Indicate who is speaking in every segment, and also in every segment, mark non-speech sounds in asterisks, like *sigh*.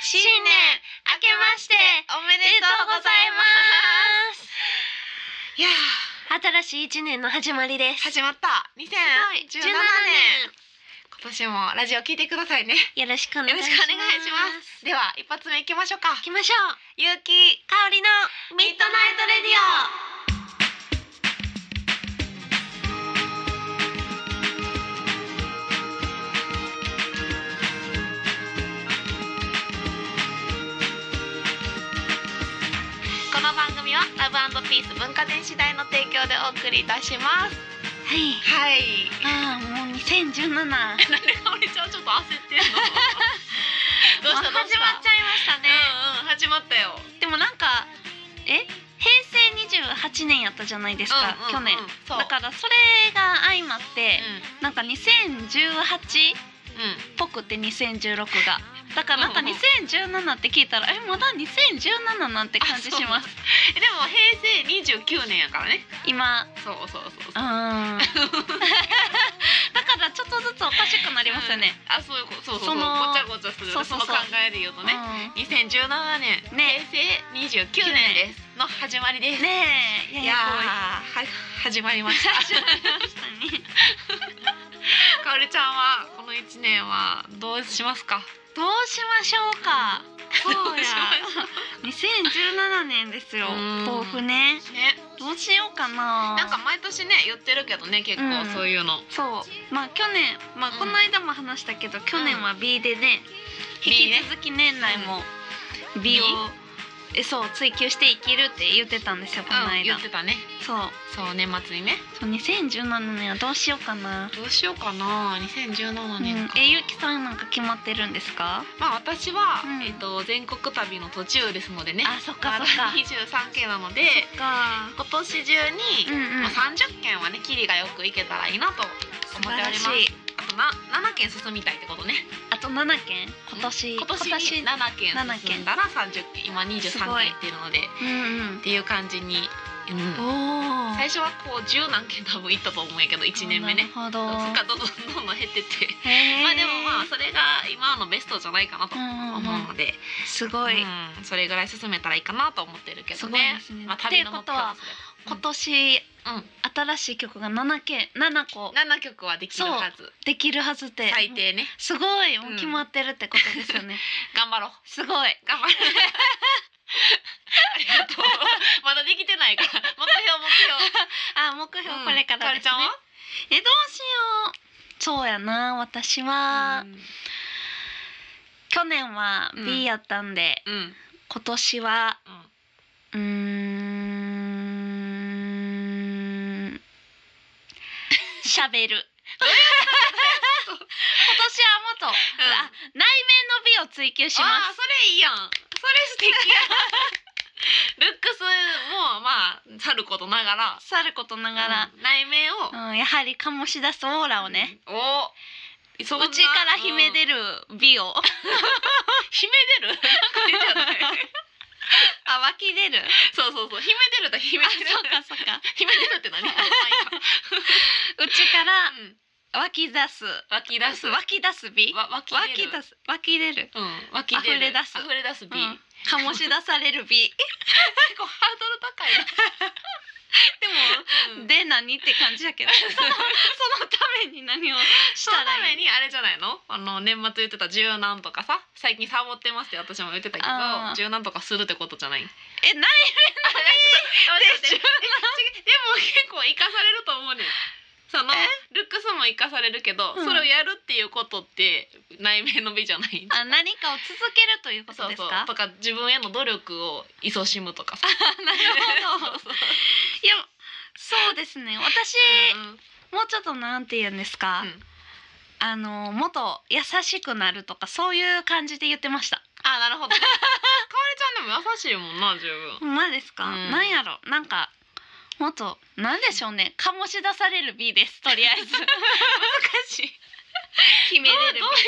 Speaker 1: 新年明けまして
Speaker 2: おめ
Speaker 1: お
Speaker 2: でとうございますいや
Speaker 1: 新しい一年の始まりで
Speaker 2: ー
Speaker 1: す
Speaker 2: 始まった2017
Speaker 1: はい
Speaker 2: 年今年もラジオ聞いてくださいね
Speaker 1: よろしくお
Speaker 2: よ
Speaker 1: 願
Speaker 2: ろ
Speaker 1: い
Speaker 2: し
Speaker 1: し
Speaker 2: く
Speaker 1: ま
Speaker 2: お
Speaker 1: す
Speaker 2: 願いしますでは一発目いきましょうか
Speaker 1: 行きましょう
Speaker 2: ゆうき
Speaker 1: 香りのミッドナイトレディ
Speaker 2: この番組はラブピース文化電子台の提供でお送りいたします
Speaker 1: オ
Speaker 2: はい
Speaker 1: はいあーもう2017もう
Speaker 2: なんでかおりちゃんちょっと焦ってんの *laughs* どうしたどう
Speaker 1: 始
Speaker 2: した
Speaker 1: まっちゃいましたね、
Speaker 2: うんうん始まったよ
Speaker 1: でもなんかえ平成28年やったじゃないです
Speaker 2: う
Speaker 1: か、
Speaker 2: んうんうん
Speaker 1: 去年
Speaker 2: そう
Speaker 1: だからそれが相まって、なんか2018
Speaker 2: うんうん
Speaker 1: ぽくて2016がだからなんか
Speaker 2: うんうんうん
Speaker 1: 2017って聞いたらえまだ2017なんて感じします
Speaker 2: えでも平成29年やからね
Speaker 1: *laughs* 今
Speaker 2: そうそうそう
Speaker 1: う
Speaker 2: そう
Speaker 1: ーんだからちょっとずつおかしくなりますよね、
Speaker 2: あそういうことそうそうそう
Speaker 1: その
Speaker 2: ごちゃごちゃする
Speaker 1: そ
Speaker 2: そう
Speaker 1: そうそう
Speaker 2: の考えで言うとね、
Speaker 1: ね
Speaker 2: 2017年、
Speaker 1: ね
Speaker 2: 平成29年ですの始まりです、
Speaker 1: ねえ
Speaker 2: い
Speaker 1: や
Speaker 2: やー
Speaker 1: や
Speaker 2: は始まりました
Speaker 1: こい
Speaker 2: かおりちゃんはこの1年はどうしますか
Speaker 1: どうしましょうかそう
Speaker 2: どうし
Speaker 1: や2017年ですよ
Speaker 2: うん
Speaker 1: 抱負ね
Speaker 2: ね
Speaker 1: どうしようかな
Speaker 2: なんか毎年ね言ってるけどね結
Speaker 1: うん
Speaker 2: 構そういうの、
Speaker 1: そうまあ去年まあ
Speaker 2: うん
Speaker 1: この間も話したけど、去年は B でね
Speaker 2: B ね
Speaker 1: 引き続き年内も B を、えそう追求していけるって言ってたんですよこの
Speaker 2: うん、
Speaker 1: 間、
Speaker 2: 言ってたね
Speaker 1: そう
Speaker 2: そう年末にね
Speaker 1: そう2017年はどうしようかな、
Speaker 2: どうしようかな2017
Speaker 1: うん
Speaker 2: 年か、
Speaker 1: えゆうきさんなんか決まってるんですか
Speaker 2: まあ私は、
Speaker 1: うん
Speaker 2: えっと全国旅の途中ですのでね
Speaker 1: あそっか
Speaker 2: ま
Speaker 1: そ
Speaker 2: だ
Speaker 1: っか
Speaker 2: 23件なので
Speaker 1: か
Speaker 2: 今年中に、
Speaker 1: うんうん
Speaker 2: まあ、30件はねキリがよく行けたらいいなと
Speaker 1: 素
Speaker 2: 思ってお
Speaker 1: 晴ら
Speaker 2: りま
Speaker 1: し
Speaker 2: す
Speaker 1: い
Speaker 2: あとな7件進みたいってことね
Speaker 1: あと7件今年
Speaker 2: 今年に7件進んだら30件今23
Speaker 1: すごい
Speaker 2: 件っていうのでっ
Speaker 1: うん
Speaker 2: ていう感じに、うん
Speaker 1: うんおお
Speaker 2: 最初はこう十何件多分行ったと思うんやけど1年目ね
Speaker 1: なるほど
Speaker 2: そっからどんどんどんどん減ってって
Speaker 1: へー
Speaker 2: まあでもまあそれが今のベストじゃないかなと
Speaker 1: うん
Speaker 2: 思
Speaker 1: うんうん
Speaker 2: うので、
Speaker 1: すごい、
Speaker 2: うん、それぐらい進めたらいいかなと思ってるけど
Speaker 1: すごい
Speaker 2: ね
Speaker 1: ですね
Speaker 2: まあ旅の目
Speaker 1: って
Speaker 2: 標
Speaker 1: いうことは今年
Speaker 2: うん
Speaker 1: 新しい曲が7件7個
Speaker 2: 7曲はできるはず
Speaker 1: できるはずって
Speaker 2: 最低ね
Speaker 1: すごいもう
Speaker 2: うん
Speaker 1: 決まってるってことですよね、
Speaker 2: 頑張ろう
Speaker 1: すごい
Speaker 2: 頑張ろうありがとうまだできてないから目標目標
Speaker 1: あ目標これからですね、
Speaker 2: うんか
Speaker 1: えどうしようそうやな私は、
Speaker 2: おりち
Speaker 1: 去年は
Speaker 2: うん
Speaker 1: B やったんで、
Speaker 2: ゃんはうんうん
Speaker 1: 今年は
Speaker 2: うん
Speaker 1: うーんし *laughs* ゃべる今年はもっと、あ内面の美を追求します
Speaker 2: あーそれいいやんそれ素敵やんルックスもまあさることながら
Speaker 1: さることながら、
Speaker 2: うん内面を、
Speaker 1: うん、やはり醸し出すオーラをね、
Speaker 2: うんお内
Speaker 1: 内から秘め出
Speaker 2: る、
Speaker 1: る美を、
Speaker 2: 秘め出るなんか出ちゃうね
Speaker 1: *laughs* あ湧き出る
Speaker 2: そうそうそう秘め出ると秘め
Speaker 1: あ
Speaker 2: 出る
Speaker 1: そうかそうか
Speaker 2: 秘め出るって何
Speaker 1: 内から湧き出す
Speaker 2: 湧き出す
Speaker 1: 湧き出す美湧
Speaker 2: わ湧き
Speaker 1: き
Speaker 2: 出る
Speaker 1: 出す湧き出る、
Speaker 2: うん湧き出る
Speaker 1: 溢れ出す
Speaker 2: 溢れ出す
Speaker 1: う
Speaker 2: B、
Speaker 1: ん、醸し出される美
Speaker 2: 結構ハードル高いなでも、
Speaker 1: で何って感じやけど *laughs* そのために何をし
Speaker 2: その
Speaker 1: た
Speaker 2: た
Speaker 1: らい
Speaker 2: め
Speaker 1: い
Speaker 2: にあれじゃないのあの年末言ってた柔軟とかさ最近サボってますって私も言ってたけど
Speaker 1: あー
Speaker 2: 柔軟とかするってことじゃない
Speaker 1: えない
Speaker 2: ででも結構生かされると思うねんそのルックスも生かされるけど、
Speaker 1: うん
Speaker 2: それをやるっていうことって内面の美じゃない
Speaker 1: あ何かを続けるということ
Speaker 2: そう
Speaker 1: です
Speaker 2: そう
Speaker 1: か *laughs*
Speaker 2: とか自分への努力を勤しむとかさ
Speaker 1: なるほど
Speaker 2: *laughs* そうそう
Speaker 1: いやそうですね私、
Speaker 2: うんうん
Speaker 1: もうちょっとなんて言うんですか、
Speaker 2: うん
Speaker 1: あのもっと優しくなるとかそういう感じで言ってました
Speaker 2: あなるほどね *laughs* かおりちゃんでも優しいもんな十分
Speaker 1: *laughs* ほんまですか、
Speaker 2: うん
Speaker 1: なんやろなんかも *laughs* っとなんでしょうね醸し出される B ですとりあえず
Speaker 2: 難しい
Speaker 1: 決め
Speaker 2: どう
Speaker 1: れる
Speaker 2: どう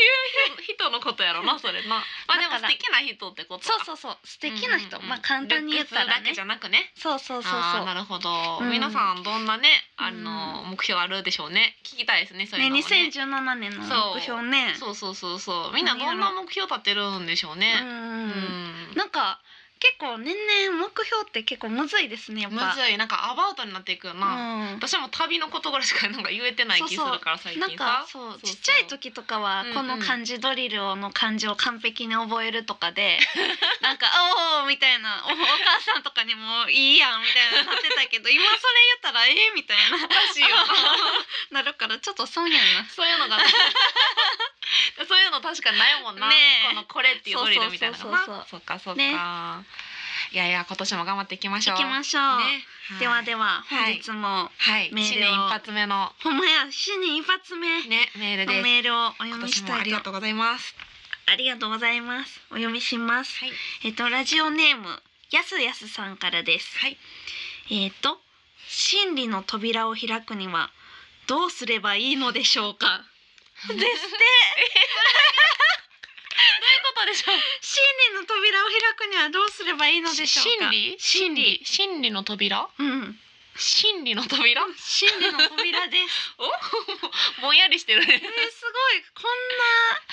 Speaker 2: いう人のことやろ *laughs* なそれなまあでも
Speaker 1: だか
Speaker 2: 素
Speaker 1: ら
Speaker 2: 敵な人ってこと
Speaker 1: そう
Speaker 2: う
Speaker 1: そうそう素敵な人、まあ簡単に言ったら
Speaker 2: だけ
Speaker 1: ね
Speaker 2: じゃなくね
Speaker 1: そうそうそうそう
Speaker 2: あーなるほど、
Speaker 1: うん
Speaker 2: 皆さんどんなねあの、
Speaker 1: う
Speaker 2: 目標あるでしょうね聞きたいですねそういうの
Speaker 1: ね
Speaker 2: もね
Speaker 1: 2017年の目標ね
Speaker 2: そうそうそうそうみんなどんな目標立てるんでしょう
Speaker 1: う
Speaker 2: ね
Speaker 1: ん
Speaker 2: うん、
Speaker 1: なんか結構年々目標って結構むずいですねやっぱ
Speaker 2: むずいなんかアバウトになっていくよな、
Speaker 1: うん
Speaker 2: 私も旅のことぐらいしかなんか言えてない気するから最近
Speaker 1: な
Speaker 2: さ
Speaker 1: んかそう
Speaker 2: そう
Speaker 1: ちっちゃい時とかは
Speaker 2: うんうん
Speaker 1: この漢字ドリルの漢字を完璧に覚えると
Speaker 2: *laughs*
Speaker 1: かでなんか「おお」みたいなおお母さんとかにも「いいやん」みたいなのなってた
Speaker 2: *laughs*
Speaker 1: けど今それ言ったら「えーみたいな
Speaker 2: おかしいよ
Speaker 1: *laughs* なるからちょっと損やんな。
Speaker 2: そういうのが *laughs* そういうの確かにないもんな、
Speaker 1: ねえ
Speaker 2: このこれっていうドリルみたいなのがな
Speaker 1: そう
Speaker 2: そっかそっか、
Speaker 1: ね
Speaker 2: いやいや今年も頑張っていきましょう
Speaker 1: 行きましょう。
Speaker 2: ね
Speaker 1: ではでは
Speaker 2: は
Speaker 1: 本
Speaker 2: い
Speaker 1: 日も、
Speaker 2: はい
Speaker 1: メー
Speaker 2: 新
Speaker 1: ルを
Speaker 2: 年一発目の
Speaker 1: ほんまや新年一発目の
Speaker 2: ねメールです
Speaker 1: メールをお読
Speaker 2: 今
Speaker 1: み
Speaker 2: 年
Speaker 1: し
Speaker 2: も
Speaker 1: た
Speaker 2: あ
Speaker 1: い
Speaker 2: り
Speaker 1: よ
Speaker 2: がとうございます
Speaker 1: ありがとうございます。お読みします。
Speaker 2: はい
Speaker 1: えっとラジオネームやすやすさんからです。
Speaker 2: はい
Speaker 1: えっと心理の扉を開くにはどうすればいいのでしょ
Speaker 2: *laughs*
Speaker 1: うか。
Speaker 2: で
Speaker 1: ですって
Speaker 2: ことでしょう
Speaker 1: 心理の扉を開くにはどうすればいいのでしょうか。
Speaker 2: 心理
Speaker 1: 心理
Speaker 2: 心理の扉
Speaker 1: うん
Speaker 2: 心理の扉
Speaker 1: 心理の
Speaker 2: *laughs*
Speaker 1: 扉です。
Speaker 2: お *laughs* ぼんやりしてるね
Speaker 1: えー、
Speaker 2: 深
Speaker 1: すごいこん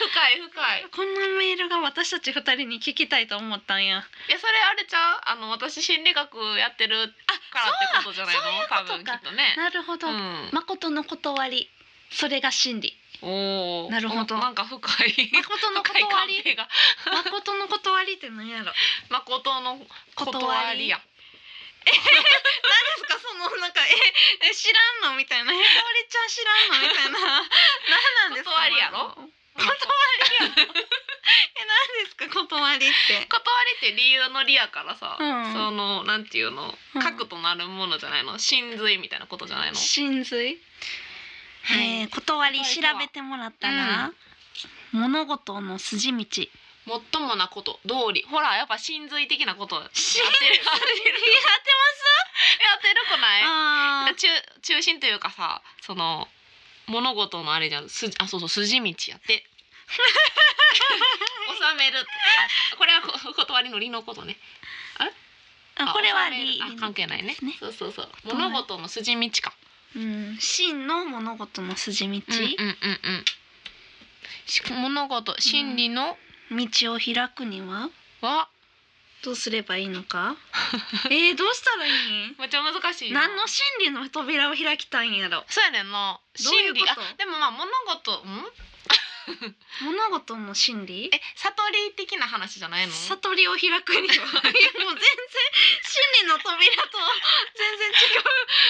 Speaker 2: い深い
Speaker 1: なこんなメールが私たち二人に聞きたいと思ったんや。
Speaker 2: いやそれあれちゃうあの私心理学やってるからってことじゃないの
Speaker 1: そう
Speaker 2: 多
Speaker 1: いう
Speaker 2: 分
Speaker 1: こと
Speaker 2: き
Speaker 1: か
Speaker 2: っとね
Speaker 1: なるほど。
Speaker 2: うん
Speaker 1: 誠の断りそれが真理。
Speaker 2: おお
Speaker 1: なるほど
Speaker 2: なんか深い
Speaker 1: 誠の
Speaker 2: 深い
Speaker 1: 断
Speaker 2: 関
Speaker 1: り
Speaker 2: 係が
Speaker 1: 誠の断りって何やろ。
Speaker 2: 誠の断りや
Speaker 1: ですかそのなんかええ知らんのみたいなへかおりちゃん知らんのみ
Speaker 2: *laughs*
Speaker 1: たいな何なんですか
Speaker 2: 断りやろ
Speaker 1: この
Speaker 2: 断り
Speaker 1: え何ですか断りって
Speaker 2: 断りって理由の理やからさ、
Speaker 1: うん
Speaker 2: そのなんていうの
Speaker 1: うん
Speaker 2: 核となるものじゃないの真髄みたいなことじゃないの
Speaker 1: 真髄、
Speaker 2: はい
Speaker 1: えー断り
Speaker 2: 断り
Speaker 1: 調
Speaker 2: とは
Speaker 1: べてもらったら、物事の筋道い
Speaker 2: もっともなこと道理ほらやっぱ真髄的なことやってる
Speaker 1: 真
Speaker 2: *laughs*
Speaker 1: 髄
Speaker 2: やってるやってるくない
Speaker 1: あー
Speaker 2: 中中心というかさその物事のあれじゃんすあそうそう筋 *laughs* 道やって収めるあこれはこ *laughs* 断りの理のことね
Speaker 1: あこれは
Speaker 2: 収める
Speaker 1: 理
Speaker 2: あ関係ないね
Speaker 1: ですね
Speaker 2: そうそうそう
Speaker 1: 断り
Speaker 2: 物事の筋道か
Speaker 1: うん真の物事の筋道、
Speaker 2: うんうんうんうんし物事真理の
Speaker 1: 道を開くには
Speaker 2: は、
Speaker 1: どうすればいい
Speaker 2: *laughs*
Speaker 1: のかえー、どうしたらいい
Speaker 2: めっちゃ難しいな
Speaker 1: 何の真理の扉を開きたいんやろ
Speaker 2: そうやねんな
Speaker 1: どうい
Speaker 2: 真
Speaker 1: う
Speaker 2: 理
Speaker 1: こと
Speaker 2: あでもまあ物事ん
Speaker 1: 物事の真理
Speaker 2: え悟り的な話じゃないの
Speaker 1: 悟りを開くにはいやもう全然真理の扉と全然違う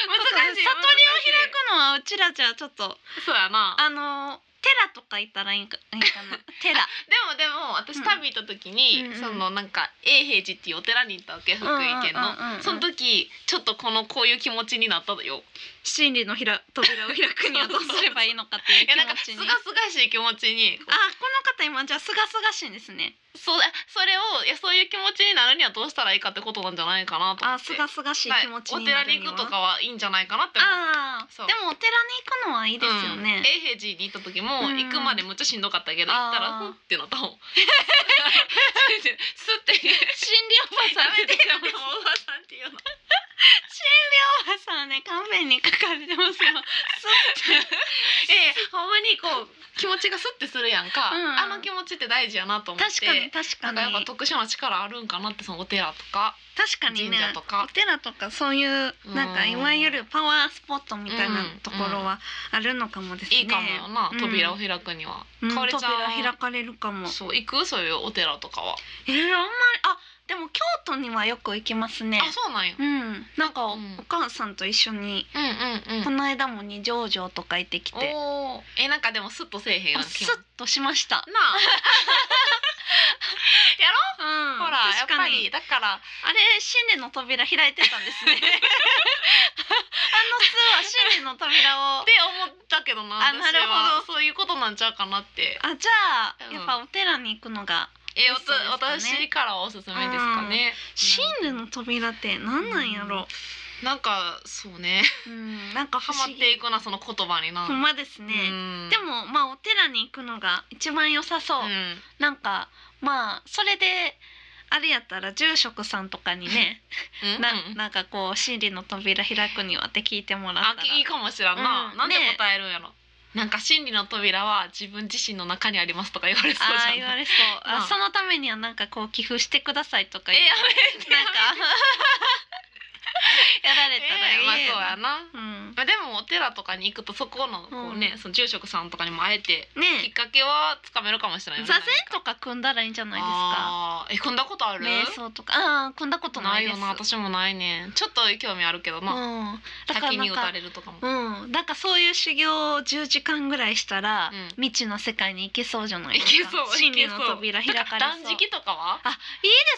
Speaker 2: 難しい
Speaker 1: 悟りを開くのはうちらじゃちょっと
Speaker 2: くそうやな
Speaker 1: あの寺とか行ったらいいんかいい
Speaker 2: *laughs*
Speaker 1: かな寺
Speaker 2: でもでも私
Speaker 1: うん
Speaker 2: 旅行った時に、
Speaker 1: うんうん
Speaker 2: そのなんか永平寺っていうお寺に行ったわけ福井県の、
Speaker 1: うんうんうんうん
Speaker 2: その時ちょっとこのこういう気持ちになったよ
Speaker 1: 真理のひら扉を開くにはどうすればいいのかっていう
Speaker 2: いやなんか
Speaker 1: 気
Speaker 2: す
Speaker 1: 持ち
Speaker 2: が
Speaker 1: に
Speaker 2: すがしい気持ちに
Speaker 1: あこの方今じゃあすがすがしいんですね
Speaker 2: そうあそれをいやそういう気持ちになるにはどうしたらいいかってことなんじゃないかなと思
Speaker 1: あ
Speaker 2: って
Speaker 1: すがすがしい気持ちにな
Speaker 2: はいお
Speaker 1: る
Speaker 2: 寺に
Speaker 1: には
Speaker 2: 行くとかはいいんじゃないかなって思う
Speaker 1: あ
Speaker 2: そ
Speaker 1: あ
Speaker 2: う
Speaker 1: でもお寺に行くのはいいですよ
Speaker 2: う
Speaker 1: ね
Speaker 2: ん、永平寺に行った時も
Speaker 1: うん
Speaker 2: 行くまでむっちゃしんどかったけど、行ったら
Speaker 1: あー
Speaker 2: ふんってなった
Speaker 1: *laughs*
Speaker 2: もんすって *laughs* 心理おばさんって言ってもおばさんって
Speaker 1: *laughs*
Speaker 2: いうの
Speaker 1: おばさんね勘弁に書かれてますよ
Speaker 2: ええほんまにこう気持ちがスッてするやんか、
Speaker 1: うん
Speaker 2: あの気持ちって大事やなと思って
Speaker 1: 確かに確か
Speaker 2: なん
Speaker 1: に
Speaker 2: かやっぱ特殊な力あるんかなってそのお寺とか
Speaker 1: 確かにね
Speaker 2: 神社とか
Speaker 1: お寺とかそういう
Speaker 2: うん
Speaker 1: なんかいわゆるパワースポットみたいなところはあるのかもですね、
Speaker 2: いいかもよな、
Speaker 1: うん
Speaker 2: 扉を開くには、
Speaker 1: うん、
Speaker 2: かおり
Speaker 1: 扉
Speaker 2: ちゃん
Speaker 1: 開かれるかも
Speaker 2: そう行くそういうお寺とかは、
Speaker 1: えー、あんまりあでも京都にはよく行きますね
Speaker 2: あそうなんよ、
Speaker 1: うんなんかお,、
Speaker 2: うん
Speaker 1: 母さんと一緒に
Speaker 2: うん、うんうん
Speaker 1: この間も二条城とか行ってきて
Speaker 2: おおえなんかでもスッとせえへんや
Speaker 1: あ
Speaker 2: ん
Speaker 1: ス
Speaker 2: 気
Speaker 1: ッ
Speaker 2: 持ち
Speaker 1: としました、
Speaker 2: なあ、
Speaker 1: うん
Speaker 2: *laughs* ほらやっ
Speaker 1: 確か
Speaker 2: ぱ
Speaker 1: に
Speaker 2: りだから
Speaker 1: あれ新年の扉開いてたんです
Speaker 2: *laughs*
Speaker 1: ねあの巣は新年の扉を
Speaker 2: って思ったけどな
Speaker 1: あなるほど
Speaker 2: 私はそういうことなんちゃうかなって
Speaker 1: あじゃあ、
Speaker 2: うん
Speaker 1: やっぱお寺に行くのが
Speaker 2: えお
Speaker 1: そうですかね
Speaker 2: 私からはおすすめですかね、
Speaker 1: 真理の扉って何なんやろ、
Speaker 2: なんかそうね
Speaker 1: うん、なんか不
Speaker 2: ハ
Speaker 1: 思
Speaker 2: マ
Speaker 1: 議
Speaker 2: っていくなその言葉にな
Speaker 1: ほんまですね、
Speaker 2: うん
Speaker 1: でもまあお寺に行くのが一番良さそう、
Speaker 2: うん
Speaker 1: なんかまあそれであれやったら住職さんとかにね、
Speaker 2: うん
Speaker 1: な
Speaker 2: うん
Speaker 1: なんかこう心理の扉開くにはって聞いてもらった
Speaker 2: あ
Speaker 1: ら
Speaker 2: いいかもしらんな、
Speaker 1: うん
Speaker 2: なんで
Speaker 1: ねえ
Speaker 2: 答えるんやろなんか真理の扉は自分自身の中にありますとか言われそう
Speaker 1: あー
Speaker 2: じ
Speaker 1: 言
Speaker 2: ゃん
Speaker 1: われそうあ
Speaker 2: なあ
Speaker 1: そのためにはなんかこう寄付してくださいとか
Speaker 2: えや
Speaker 1: 言う
Speaker 2: めて *laughs*
Speaker 1: なんかやられたら
Speaker 2: え
Speaker 1: いい
Speaker 2: まあそうやな、
Speaker 1: うん
Speaker 2: まあ、でもお寺とかに行くとそこのこう、ね
Speaker 1: うん
Speaker 2: その住職さんとかにも会えてきっ
Speaker 1: ね
Speaker 2: かけはつかめるかもしれないよね
Speaker 1: 座禅
Speaker 2: なん
Speaker 1: とか組んだらいいんじゃないですか
Speaker 2: あーえ組んだことある
Speaker 1: 瞑想とかああー組んだこと
Speaker 2: な
Speaker 1: ない
Speaker 2: い
Speaker 1: です
Speaker 2: よな私もないねんちょっと興味あるけどな、
Speaker 1: うん、だから
Speaker 2: 滝
Speaker 1: な
Speaker 2: に
Speaker 1: ん
Speaker 2: 打た
Speaker 1: か
Speaker 2: れるとかも
Speaker 1: うん、なんかそういう修行を10時間ぐらいしたら、
Speaker 2: うん
Speaker 1: 未知の世界に行けそうじゃない
Speaker 2: い
Speaker 1: ですか
Speaker 2: けそう
Speaker 1: 真
Speaker 2: い
Speaker 1: 理
Speaker 2: け
Speaker 1: の
Speaker 2: そう
Speaker 1: 扉開かれ
Speaker 2: なん
Speaker 1: そう
Speaker 2: *laughs* 断食とかは
Speaker 1: あいい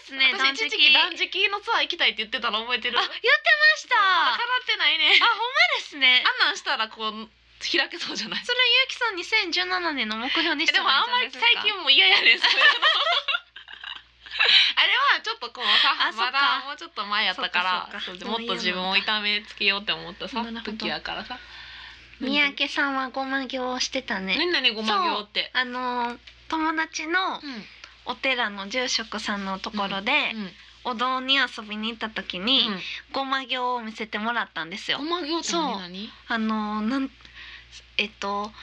Speaker 1: ですね
Speaker 2: 私
Speaker 1: 断
Speaker 2: 一
Speaker 1: 食
Speaker 2: 時期断食のツアー行きたいって言ってたの覚えてる
Speaker 1: あ言ってました
Speaker 2: まだ叶ってないね
Speaker 1: あほんまですね
Speaker 2: あんなんしたらこう開けそうじゃない
Speaker 1: それゆうきさん2017年の目標にし
Speaker 2: で
Speaker 1: て
Speaker 2: もあんまり最近もう嫌やねんそういうのあれはちょっとこうさ
Speaker 1: あそっか
Speaker 2: まだもうちょっと前やったから
Speaker 1: そっかそっか
Speaker 2: そうもっと自分を痛めつけようって思ったさ
Speaker 1: なるほど
Speaker 2: 時やからさ
Speaker 1: 三宅さんはごま行をしてたね
Speaker 2: みんなにごま行って
Speaker 1: あのー友達の
Speaker 2: うん
Speaker 1: お寺の住職さんのところで、
Speaker 2: うん
Speaker 1: お堂に遊びに行った時に、ごま行を見せてもらったんですよ
Speaker 2: ごま行って
Speaker 1: そう
Speaker 2: 何
Speaker 1: あのなんえっと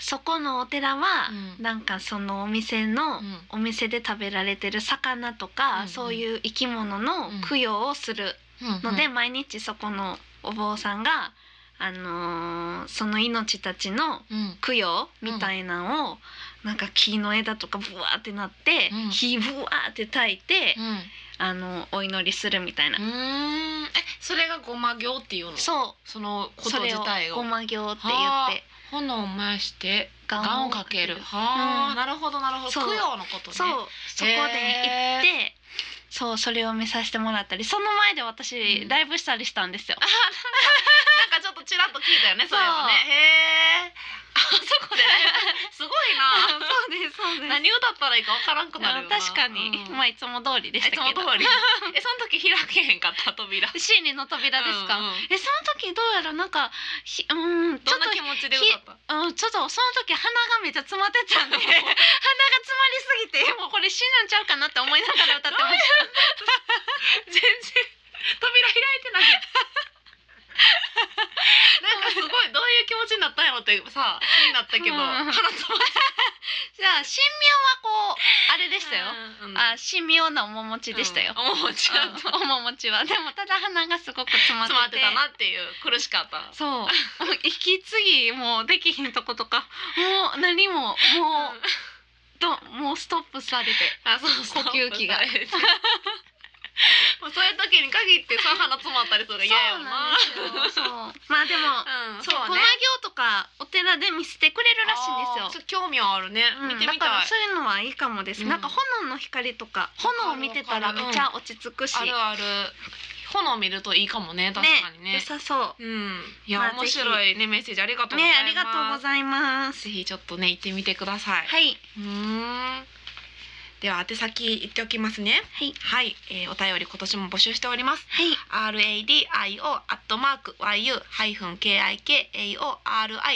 Speaker 1: そこのお寺は、
Speaker 2: うん
Speaker 1: なんかそのお店
Speaker 2: 々
Speaker 1: の、
Speaker 2: うん
Speaker 1: お店で食べられてる魚とか、
Speaker 2: うんうん
Speaker 1: そういう生き物の
Speaker 2: うん
Speaker 1: 供養をするので、毎日そこのお坊さんが、あのーその命たちの
Speaker 2: うんうん
Speaker 1: 供養みたいなのを、なんか木の枝とかブワーってなって、
Speaker 2: うん
Speaker 1: 火ブワーって焚いて、
Speaker 2: うん
Speaker 1: あのお祈りするみたいな、
Speaker 2: うーんえそれがごま行っていうの
Speaker 1: そ
Speaker 2: その
Speaker 1: う
Speaker 2: こ
Speaker 1: そ
Speaker 2: と
Speaker 1: れ
Speaker 2: 自
Speaker 1: を
Speaker 2: 体
Speaker 1: ご
Speaker 2: を
Speaker 1: ま行って言
Speaker 2: は
Speaker 1: っ
Speaker 2: あ
Speaker 1: て
Speaker 2: 炎を燃やして
Speaker 1: 願
Speaker 2: 願をかける
Speaker 1: う
Speaker 2: はあ
Speaker 1: ん
Speaker 2: なるほどなるほど
Speaker 1: そう
Speaker 2: 供養のことね
Speaker 1: そうそこで行って、そうそれを見させてもらったりその前で私、
Speaker 2: うん
Speaker 1: ライブしたりしたんですよ。
Speaker 2: なんかちょっとちらっと聞いたよねそ
Speaker 1: そ
Speaker 2: うれはねへえあそこですごい
Speaker 1: *laughs*
Speaker 2: な
Speaker 1: うですそうで
Speaker 2: 何歌ったらいいかわからんくなるよな
Speaker 1: 確かに、
Speaker 2: うん
Speaker 1: まあいつも通りでし
Speaker 2: い
Speaker 1: たけ
Speaker 2: つ
Speaker 1: ど。
Speaker 2: も通り *laughs* えその時開けへんかった扉で
Speaker 1: 心理の扉ですか。えその時どうやらなんかひうーんち
Speaker 2: ど
Speaker 1: ょっ
Speaker 2: んな
Speaker 1: と
Speaker 2: 気持ちで歌った
Speaker 1: うんちょっとその時鼻がめっちゃ詰まってた *laughs* んで鼻が詰まりすぎてえもうこれ死ぬんちゃうかなって思いながら歌ってました。
Speaker 2: 全然扉開いてない *laughs* なんかすごいどういう気持ちになったんやろってさ気になったけど、
Speaker 1: うん
Speaker 2: 鼻詰まっ
Speaker 1: *laughs* じゃあ神妙はこうあれでしたよ。
Speaker 2: うん
Speaker 1: あ神妙な面持ちでしたよ。
Speaker 2: うんおもちゃんと
Speaker 1: うん *laughs* おももちはでもただ鼻がすごく詰まって
Speaker 2: 詰
Speaker 1: て
Speaker 2: まってたなっていう苦しかった
Speaker 1: そう息継ぎもうできひんとことかもう何ももう
Speaker 2: うん
Speaker 1: ともうストップされて
Speaker 2: あそう
Speaker 1: 呼吸
Speaker 2: *laughs*
Speaker 1: 器が
Speaker 2: そうそうそうもうそういう時に限ってさ鼻詰まったりするのが嫌や
Speaker 1: そう
Speaker 2: もん
Speaker 1: なん
Speaker 2: な
Speaker 1: ですよそうまあでも、
Speaker 2: うん
Speaker 1: そう
Speaker 2: そう
Speaker 1: ごま行
Speaker 2: ね
Speaker 1: とかお寺で見せてくれるらしいん
Speaker 2: あー
Speaker 1: です
Speaker 2: ち
Speaker 1: よ
Speaker 2: ょっと興味はあるね、
Speaker 1: うん
Speaker 2: 見てみ
Speaker 1: だから
Speaker 2: たい
Speaker 1: そういうのはいいかもです、
Speaker 2: うん
Speaker 1: なんか炎の光とか炎を見てたら
Speaker 2: わかる
Speaker 1: めっちゃ落ち着くし、
Speaker 2: あるある炎見るといいかもね確かにね
Speaker 1: 良さそう
Speaker 2: うんいや、
Speaker 1: まあ
Speaker 2: 面白いねメッセージありがとうござい
Speaker 1: ね
Speaker 2: ます
Speaker 1: ありがとうございます
Speaker 2: ぜひちょっとね行ってみてください、
Speaker 1: はい、
Speaker 2: うーんでは宛先言っておきますね
Speaker 1: はい
Speaker 2: はい、えー、お便り今年も募集しております
Speaker 1: はい
Speaker 2: radio アットマーク yu ハイフン kikaori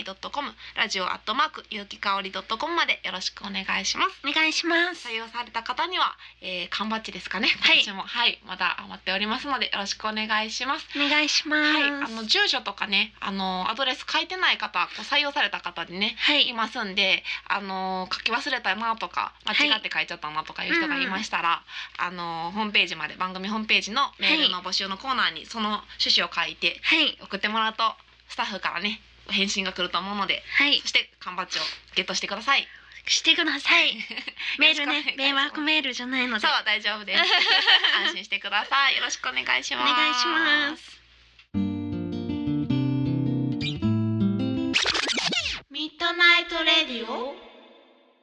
Speaker 2: ドットコムラジオアットマーク有機香りドットコムまでよろしくお願いします。
Speaker 1: お願いします
Speaker 2: 採用された方には、えー、缶バッジですかね。
Speaker 1: はい
Speaker 2: 今年もはい、まだ余っておりますのでよろしくお願いします。
Speaker 1: お願いします
Speaker 2: はい、あの住所とかね、あのアドレス書いてない方、こう採用された方でね。
Speaker 1: はい
Speaker 2: いますんで、あの書き忘れたなとか
Speaker 1: はい
Speaker 2: 間違って書いちゃったなとかいう人がいましたら、あのホームページまで番組ホームページのメールの募集のコーナーにその趣旨を書いて
Speaker 1: はい
Speaker 2: 送ってもらうとスタッフからね返信が来ると思うので
Speaker 1: はい
Speaker 2: そして缶バッジをゲットしてください。
Speaker 1: してくださいメールね迷惑
Speaker 2: メ
Speaker 1: メールじゃないので
Speaker 2: そう大丈夫です
Speaker 1: *laughs*
Speaker 2: 安心してくださいよろしくお願いし
Speaker 1: お
Speaker 2: ます
Speaker 1: 願いしますミッドナイトレディオ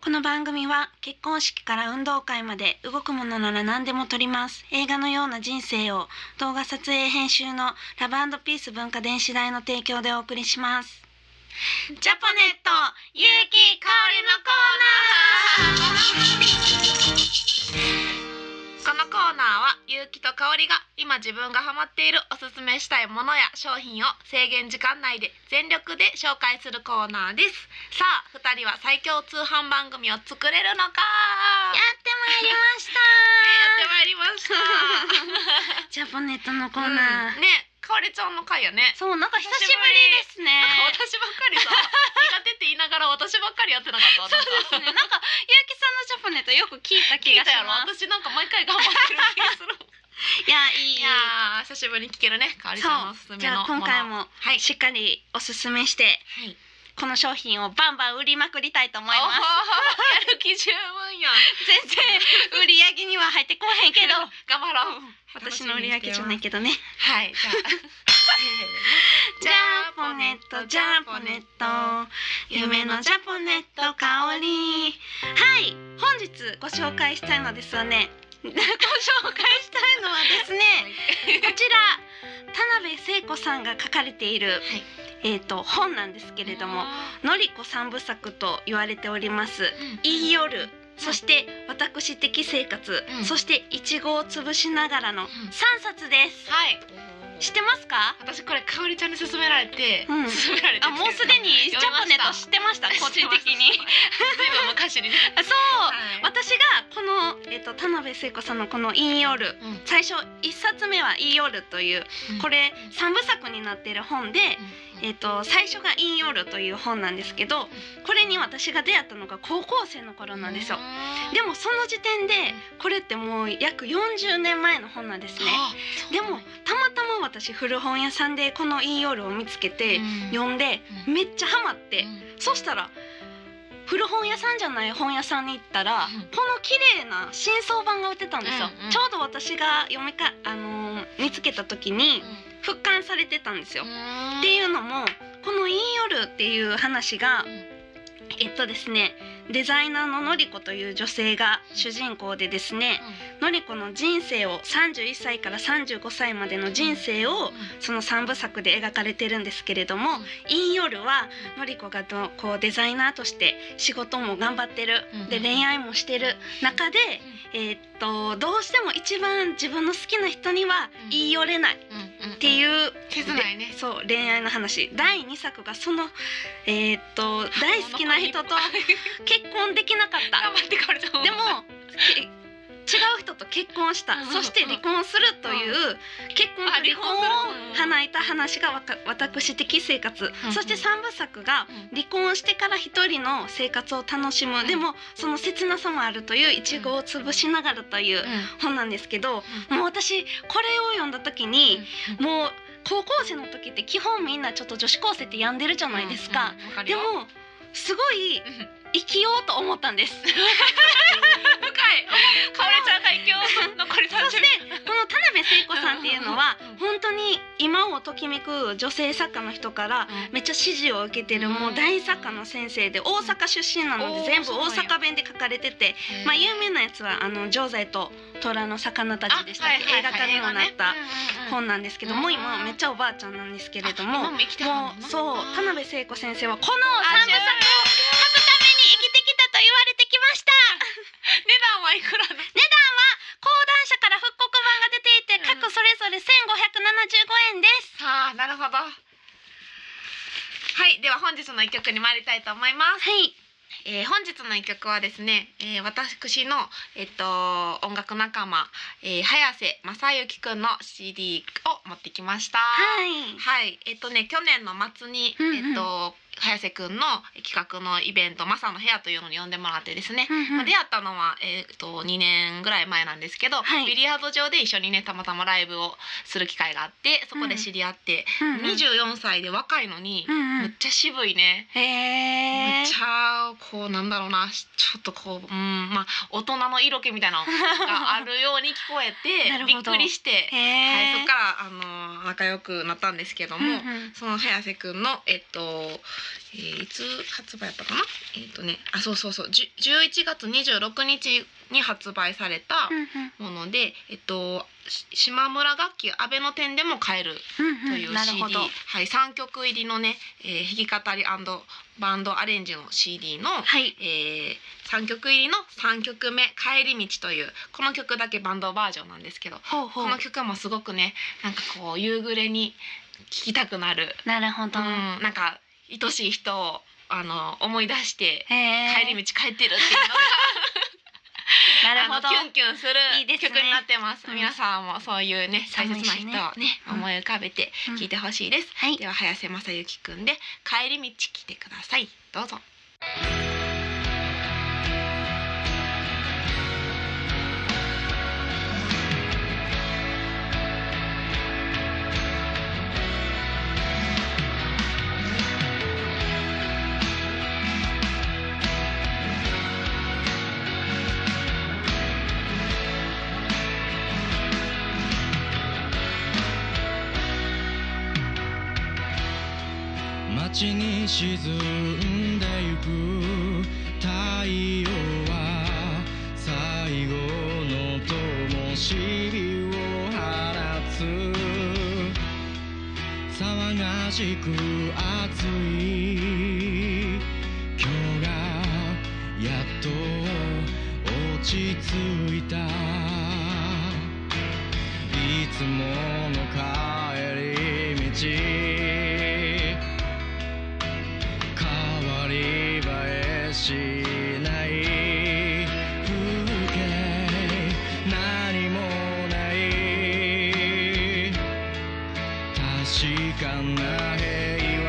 Speaker 1: この番組は結婚式から運動会まで動くものなら何でも撮ります映画のような人生を動画撮影編集のラブピース文化電子代の提供でお送りしますジャポネットゆうきかおりのコーナー
Speaker 2: このコーナーは有機きと香りが今自分がハマっているおすすめしたいものや商品を制限時間内で全力で紹介するコーナーですさあ2人は最強通販番組を作れるのか
Speaker 1: や
Speaker 2: や,、
Speaker 1: ってまいりまし
Speaker 2: ね、
Speaker 1: た
Speaker 2: やってまいりました
Speaker 1: ジャポネットのコーナ
Speaker 2: *laughs* う
Speaker 1: ー、
Speaker 2: んねかおりちゃんの回やね
Speaker 1: そうなんか久しぶりですね
Speaker 2: なんか私ばっかりさ苦手って言いながら私ばっかりやってなかった
Speaker 1: そうですねなんか結城さんのジャポネットよく *laughs* 聞いた気
Speaker 2: 聞い
Speaker 1: がした
Speaker 2: やろ
Speaker 1: ます
Speaker 2: 私なんか毎回頑張ってる気がする
Speaker 1: いや *laughs* いい
Speaker 2: いやー久しぶりに聞けるねかおりちゃんのおすすめ
Speaker 1: じゃ
Speaker 2: の
Speaker 1: あ今回も
Speaker 2: はい
Speaker 1: しっかりおすすめして、
Speaker 2: はい
Speaker 1: この商品をバンバン売りまくりたいと思い
Speaker 2: お
Speaker 1: ます
Speaker 2: ーやる気十分やん
Speaker 1: 全然売り上げには入ってこうへんけ *laughs* ど
Speaker 2: 頑張ろう
Speaker 1: 私の売り上げじゃないいけどね
Speaker 2: はい
Speaker 1: *laughs*
Speaker 2: じゃあ
Speaker 1: ジャポネットジャポネット夢のジャポネット香りはい本日ご紹介したいのですはね *laughs* ご紹介したいのはですね *laughs* こちら田辺聖子さんが書かれている、
Speaker 2: はい
Speaker 1: えー、と本なんですけれども「のりこ三部作」と言われております「いい夜」そして「私的生活」
Speaker 2: うん
Speaker 1: そして「いちごを潰しながら」の
Speaker 2: ん
Speaker 1: 3冊です。
Speaker 2: はい
Speaker 1: 知ってますか
Speaker 2: 私これかおりちゃんに勧められて、
Speaker 1: うん
Speaker 2: 勧められて
Speaker 1: あもうすでにジャポネット知ってました個人的 *laughs* に
Speaker 2: ずいぶん昔
Speaker 1: *laughs*
Speaker 2: にね、
Speaker 1: あそう、
Speaker 2: ま
Speaker 1: 私がこの、えっと田辺聖子さんのこの「インヨール」最初1冊目は「インヨール」というこれ3部作になっている本で、えっと最初が「インヨール」という本なんですけどこれに私が出会ったのが高校生の頃なんですよ。で
Speaker 2: も
Speaker 1: もその時点でこれってもう約40年前の本なんですね。でもたまたま私古本屋さんでこの「インヨール」を見つけて読んで
Speaker 2: うん
Speaker 1: めっちゃハマってそしたら古本屋さんじゃない本屋さんに行ったら、
Speaker 2: うん
Speaker 1: この綺麗な新装版が売ってたんですよ、
Speaker 2: うんうん
Speaker 1: ちょうど私が読みか、あのー見つけた時に復刊されてたんですよ、っていうのもこの「インヨル」っていう話が、
Speaker 2: うん
Speaker 1: えっとですねデザイナーののりこという女性が主人公でですねのりこの人生を31歳から35歳までの人生をその3部作で描かれてるんですけれども、
Speaker 2: うん
Speaker 1: インヨルはのりこがどこうデザイナーとして仕事も頑張ってる、
Speaker 2: うん
Speaker 1: で恋愛もしてる中で、えーっとどうしても一番自分の好きな人には
Speaker 2: うん
Speaker 1: 言い寄れないっ
Speaker 2: ってていう
Speaker 1: いう、
Speaker 2: 切ないね
Speaker 1: そう恋愛の話第2作がその、えーっと大好きな人と結婚できなかっ
Speaker 2: 頑
Speaker 1: た
Speaker 2: 張ってかおりちゃん
Speaker 1: でもけ違う人と結婚した
Speaker 2: うん
Speaker 1: そして離婚するという結婚と離婚を離れた話がわか私的生活
Speaker 2: うん
Speaker 1: そして三部作が離婚してから一人の生活を楽しむ
Speaker 2: ん
Speaker 1: でもその切なさもあるといういちごを潰しながらという本なんですけどもう私これを読んだ時にもう高校生の時って基本みんなちょっと女子高生って病んでるじゃないですか。でもすごい
Speaker 2: 深い
Speaker 1: 生きようと思った
Speaker 2: *laughs*
Speaker 1: んです。
Speaker 2: かおりちゃんが今日残り
Speaker 1: そしてこの田辺聖子さんっていうのは
Speaker 2: うん
Speaker 1: 本当に今をときめく女性作家の人からめっちゃ支持を受けてるもう大作家の先生で大阪出身なの
Speaker 2: おー
Speaker 1: で全部
Speaker 2: そうなんや
Speaker 1: 大阪弁で書かれててまあ有名なやつは「あの常在と虎の魚たち」でしたっけ映画化にもなった本なんですけど
Speaker 2: うん
Speaker 1: もう今めっちゃおばあちゃんなんですけれどもも
Speaker 2: 生きて
Speaker 1: うそう田辺聖子先生はこの三部作を書くために生きてきたと言われてきました
Speaker 2: 値段はいくらな
Speaker 1: 講談社から復刻版が出ていて
Speaker 2: うん
Speaker 1: 各それぞれ1575円です
Speaker 2: さあなるほどはいでは本日の一曲に参りたいと思います、
Speaker 1: はい
Speaker 2: えー本日の一曲はですね、えー私のえっと音楽仲間、えー早瀬正幸くんの CD を持ってきました
Speaker 1: はい
Speaker 2: はい、えっとね去年の末に、
Speaker 1: うんうん
Speaker 2: えっと早瀬くんの企画のイベント「マサの部屋」というのに呼んでもらってですね、まあ、出会ったのは、えー、と2年ぐらい前なんですけど、
Speaker 1: はい
Speaker 2: ビリヤード場で一緒にねたまたまライブをする機会があってそこで知り合って、24歳で若いのに、めっちゃ渋いね。め
Speaker 1: へ
Speaker 2: っ
Speaker 1: え
Speaker 2: ちゃこうなんだろうなちょっとこう、うんまあ、大人の色気みたいなのがあるように聞こえ
Speaker 1: *laughs* なる
Speaker 2: てび
Speaker 1: ほ
Speaker 2: っ
Speaker 1: ど
Speaker 2: くりして、はい、そ
Speaker 1: へ
Speaker 2: こからあの仲良くなったんですけども、
Speaker 1: うんうん
Speaker 2: その早瀬くんのえっとえーいつ発売やったかなえっ、とねあそうそうそうじゅ11月26日に発売された
Speaker 1: うんうん
Speaker 2: もので、えっとし島村楽器阿部の店でも買えると
Speaker 1: うん
Speaker 2: いううん CD、
Speaker 1: なるほど
Speaker 2: はい、3曲入りのね、えー弾き語りバンドアレンジの CD の、
Speaker 1: はい
Speaker 2: え3曲入りの3曲目「帰り道」というこの曲だけバンドバージョンなんですけど
Speaker 1: ほうほう
Speaker 2: この曲もすごくねなんかこう夕暮れに聴きたくなる、
Speaker 1: なるほ
Speaker 2: う
Speaker 1: ど、
Speaker 2: ん、なんか愛しい人をあの思い出して
Speaker 1: へー
Speaker 2: 帰り道帰ってるっていうのが
Speaker 1: *laughs* なる
Speaker 2: あ
Speaker 1: ほ
Speaker 2: の
Speaker 1: ど
Speaker 2: キュンキュンする
Speaker 1: いいですね
Speaker 2: 曲になってます。
Speaker 1: うん
Speaker 2: 皆さんもそういうね大切
Speaker 1: 寒
Speaker 2: ない人
Speaker 1: し
Speaker 2: を
Speaker 1: ね
Speaker 2: ね
Speaker 1: うん
Speaker 2: 思い浮かべて
Speaker 1: うん
Speaker 2: 聞いてほしいです。
Speaker 1: はい
Speaker 2: では早瀬正幸くんで帰り道聞いてください。どうぞ。
Speaker 3: 街に沈んでゆく太陽は最後の灯火を放つ騒がしく暑い今日がやっと落ち着いたいつもの帰り道変わり映えしない風景何もない確かな平和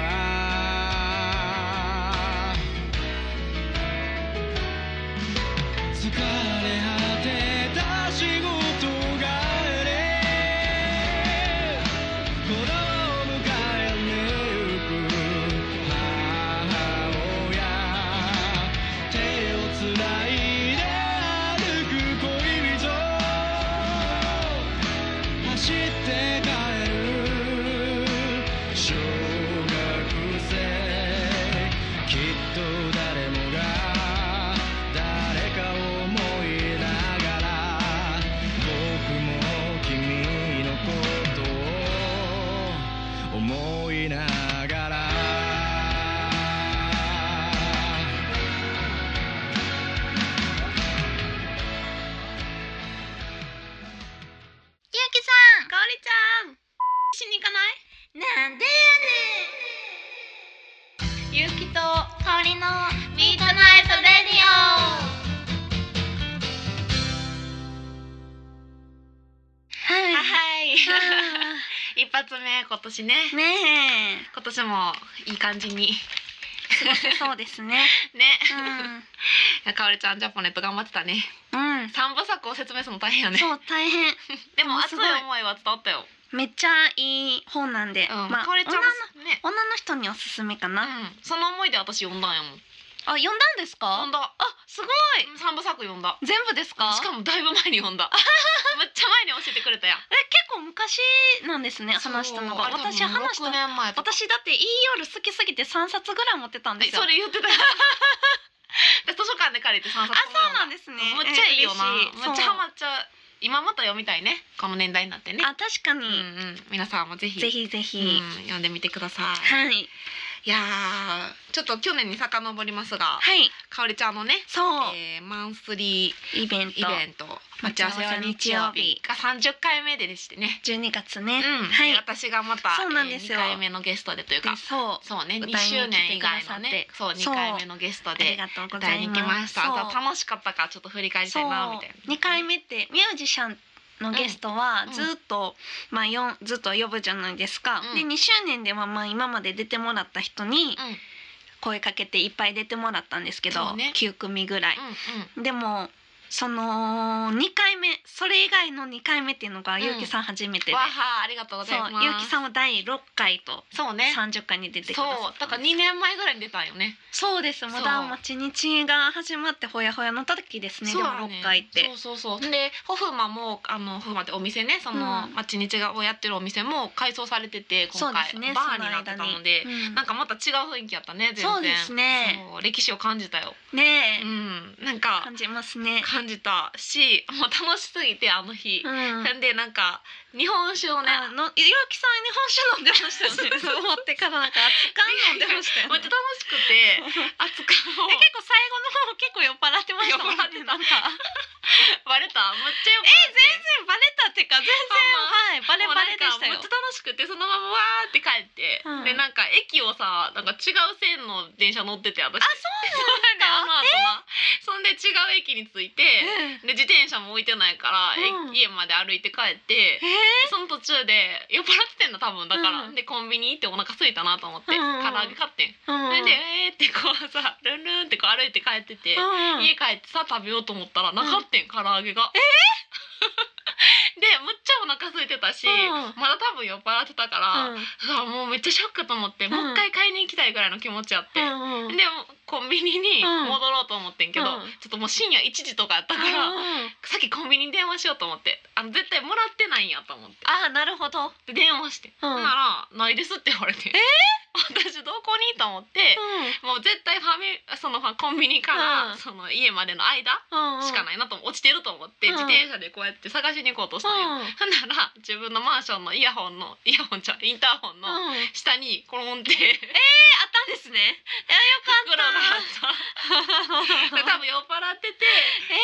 Speaker 3: 疲れ果てた仕事帰れ「子供を迎えに行く母親」「手をつないで歩く恋人」「走って帰る小学生」「きっと誰もが誰かを思いながら」「僕も君のことを思いながら」
Speaker 1: ゆうきさんかおりちゃん
Speaker 2: しに行かない？
Speaker 1: なんで
Speaker 2: ゆうきと
Speaker 1: やねん香りの
Speaker 2: ミートナイトレディオ。
Speaker 1: は
Speaker 2: はい。
Speaker 1: い
Speaker 2: *laughs* 一発目今年ね。
Speaker 1: ねえ
Speaker 2: 今年もいい感じに
Speaker 1: 過ごせそうですね
Speaker 2: ね。かおりちゃんジャポネット頑張ってたね。
Speaker 1: うん、うん、
Speaker 2: 三部作を説明するの大変よね。
Speaker 1: そう大変
Speaker 2: でも熱い
Speaker 1: すごい
Speaker 2: 思いは伝わったよ。
Speaker 1: めっちゃいい本なんで、
Speaker 2: うん。
Speaker 1: まあ
Speaker 2: かおり
Speaker 1: 女
Speaker 2: ちゃん
Speaker 1: の
Speaker 2: もね。
Speaker 1: 女の人におすすめか
Speaker 2: う
Speaker 1: な、あ
Speaker 2: ん。その思いで私読んだんやもん。
Speaker 1: 読んだんですか
Speaker 2: 読んだ。
Speaker 1: あすごい
Speaker 2: うん三部作読んだ。
Speaker 1: 全部ですか
Speaker 2: しかもだいぶ前に読ん
Speaker 1: *laughs*
Speaker 2: だ。むっちゃ前に教えてくれたやん。
Speaker 1: え結構昔なんですね話したのが
Speaker 2: そう
Speaker 1: 私話し
Speaker 2: あれ多分六
Speaker 1: た
Speaker 2: 年前とか。
Speaker 1: 私だっていい夜好きすぎて3冊ぐらい持ってたんですよ
Speaker 2: それ言ってたよ。 *laughs* で図書館で借りて三
Speaker 1: あ
Speaker 2: 冊
Speaker 1: そうなん
Speaker 2: で
Speaker 1: ですね
Speaker 2: むっちゃいいよな。
Speaker 1: えー嬉しい
Speaker 2: むっちゃハマっちゃう。今また読みたいね。この年代になってね
Speaker 1: そう。あ確かに、
Speaker 2: うんうん、皆さんもぜひ
Speaker 1: ぜひぜひ、
Speaker 2: うん、読んでみてください。
Speaker 1: はい
Speaker 2: いやーちょっと去年に遡りますが、
Speaker 1: はい
Speaker 2: かおりちゃんのね、
Speaker 1: そう、
Speaker 2: えーマンスリ
Speaker 1: イベン
Speaker 2: ー
Speaker 1: ト
Speaker 2: イベント待ち合わせは日曜日が30回目ででしてね。
Speaker 1: 12月ね、
Speaker 2: うん、
Speaker 1: はい
Speaker 2: で私がまた
Speaker 1: そうなんですよ
Speaker 2: えー二回目のゲストでという
Speaker 1: で
Speaker 2: か、
Speaker 1: そう
Speaker 2: そうね、
Speaker 1: 歌い
Speaker 2: 二
Speaker 1: に
Speaker 2: 周年以外の
Speaker 1: 来て
Speaker 2: ね
Speaker 1: く、だ
Speaker 2: そう
Speaker 1: って
Speaker 2: 二回目のゲスト
Speaker 1: あり
Speaker 2: で
Speaker 1: がとうござ
Speaker 2: 歌い
Speaker 1: い
Speaker 2: に
Speaker 1: ます
Speaker 2: 来ました。
Speaker 1: そう
Speaker 2: 楽しかったからちょっと振り返りたいな
Speaker 1: そう
Speaker 2: みたいな。
Speaker 1: 2回目ってミュージシャンのゲストは
Speaker 2: うん
Speaker 1: ずっと、まあよんずっと呼ぶじゃないですか、
Speaker 2: うん
Speaker 1: で2周年ではまあ今まで出てもらった人に
Speaker 2: うん、うん、うん、
Speaker 1: 声かけていっぱい出てもらったんですけ
Speaker 2: そ
Speaker 1: ど、
Speaker 2: うね
Speaker 1: 9組ぐらい、でもその2回目それ以外の2回目っていうのが
Speaker 2: ん
Speaker 1: 結城さん初めてで、
Speaker 2: わはありがとうご
Speaker 1: そ
Speaker 2: ざいうます
Speaker 1: 結城さんは第6回と
Speaker 2: そうね
Speaker 1: 30回に出てく
Speaker 2: そ
Speaker 1: だ
Speaker 2: う
Speaker 1: さった
Speaker 2: だから
Speaker 1: んです
Speaker 2: 2年前ぐらいに出たんよね
Speaker 1: そうです
Speaker 2: う
Speaker 1: まだ待ち日が始まってほやほやの時ですね
Speaker 2: そうだ
Speaker 1: でも6回って
Speaker 2: そうそうそうでホフマもあのホフマってお店ねその、
Speaker 1: うん
Speaker 2: 町日がをやってるお店も改装されてて
Speaker 1: そ
Speaker 2: 今
Speaker 1: うで
Speaker 2: 回、
Speaker 1: すね
Speaker 2: バーになってたので
Speaker 1: その間にうん
Speaker 2: なんかまた違う雰囲気やったね全然
Speaker 1: そうですね
Speaker 2: そう歴史を感じたよ
Speaker 1: ねえ、
Speaker 2: うんなんか
Speaker 1: 感じますね
Speaker 2: 感じたしもう楽しすぎてあの日
Speaker 1: う、ん
Speaker 2: なんでなんか日本酒をね
Speaker 1: あの結城さん日本酒飲んでましたよねそう思ってからなんか熱燗飲んでましたよ
Speaker 2: めっち
Speaker 1: ね
Speaker 2: ゃ楽しくて熱燗を
Speaker 1: え結構最後の方結構酔っ払ってましたもんね
Speaker 2: 酔っ払ってた
Speaker 1: なんか
Speaker 2: バレためっちゃ酔っ払
Speaker 1: え
Speaker 2: って
Speaker 1: 全然バレたっていうか全然はいバレバレでした
Speaker 2: もうなんかめっ
Speaker 1: よ
Speaker 2: ちゃ楽しくてそのままわーって帰って、
Speaker 1: うん
Speaker 2: でなんか駅をさなんか違う線の電車乗ってて私
Speaker 1: あそう
Speaker 2: あの
Speaker 1: なんだ
Speaker 2: 後なそんで違う駅に着いて
Speaker 1: え
Speaker 2: で自転車も置いてないから、
Speaker 1: う
Speaker 2: え
Speaker 1: ん
Speaker 2: 家まで歩いて帰って
Speaker 1: えー
Speaker 2: その途中で酔っ払ってんだ多分だから、
Speaker 1: うん
Speaker 2: でコンビニ行ってお腹空いたなと思って、
Speaker 1: うんうん
Speaker 2: 唐揚げ買ってん、そ
Speaker 1: うん
Speaker 2: れでえーってこうさルンルンってこう歩いて帰ってて、
Speaker 1: うん
Speaker 2: 家帰ってさ食べようと思ったらなかってん、唐揚げが。え *laughs* でむっちゃお腹空いてたし、
Speaker 1: うん
Speaker 2: まだ多分酔っ払ってたから、うわもうめっちゃショックと思って、
Speaker 1: ん
Speaker 2: もう一回買いに行きたいぐらいの気持ちやって、
Speaker 1: うんうん
Speaker 2: でもコンビニに
Speaker 1: うん
Speaker 2: 戻ろうと思ってんけど、
Speaker 1: うん
Speaker 2: ちょっともう深夜1時とかやったから、
Speaker 1: うん
Speaker 2: さっきコンビニに電話しようと思ってあの絶対もらってないんやと思って
Speaker 1: あなるほど、うん、
Speaker 2: で電話して、
Speaker 1: うん
Speaker 2: なら「ないです」って言われて、私どこにと思って、もう絶対ファミそのコンビニから、
Speaker 1: うん
Speaker 2: その家までの間しか
Speaker 1: い
Speaker 2: ないなと思落ちてると思って、
Speaker 1: うん
Speaker 2: 自転車でこうやって探しに行こうとしたんよ、
Speaker 1: うん
Speaker 2: ほんなら自分のマンションのイヤホンのイヤホンじゃうインターホン
Speaker 1: うん、
Speaker 2: の
Speaker 1: あっ
Speaker 2: 下にコロンって、
Speaker 1: たんですねいやよか
Speaker 2: 袋があ
Speaker 1: っ
Speaker 2: った。
Speaker 1: た
Speaker 2: で多分酔っ払ってて、
Speaker 1: え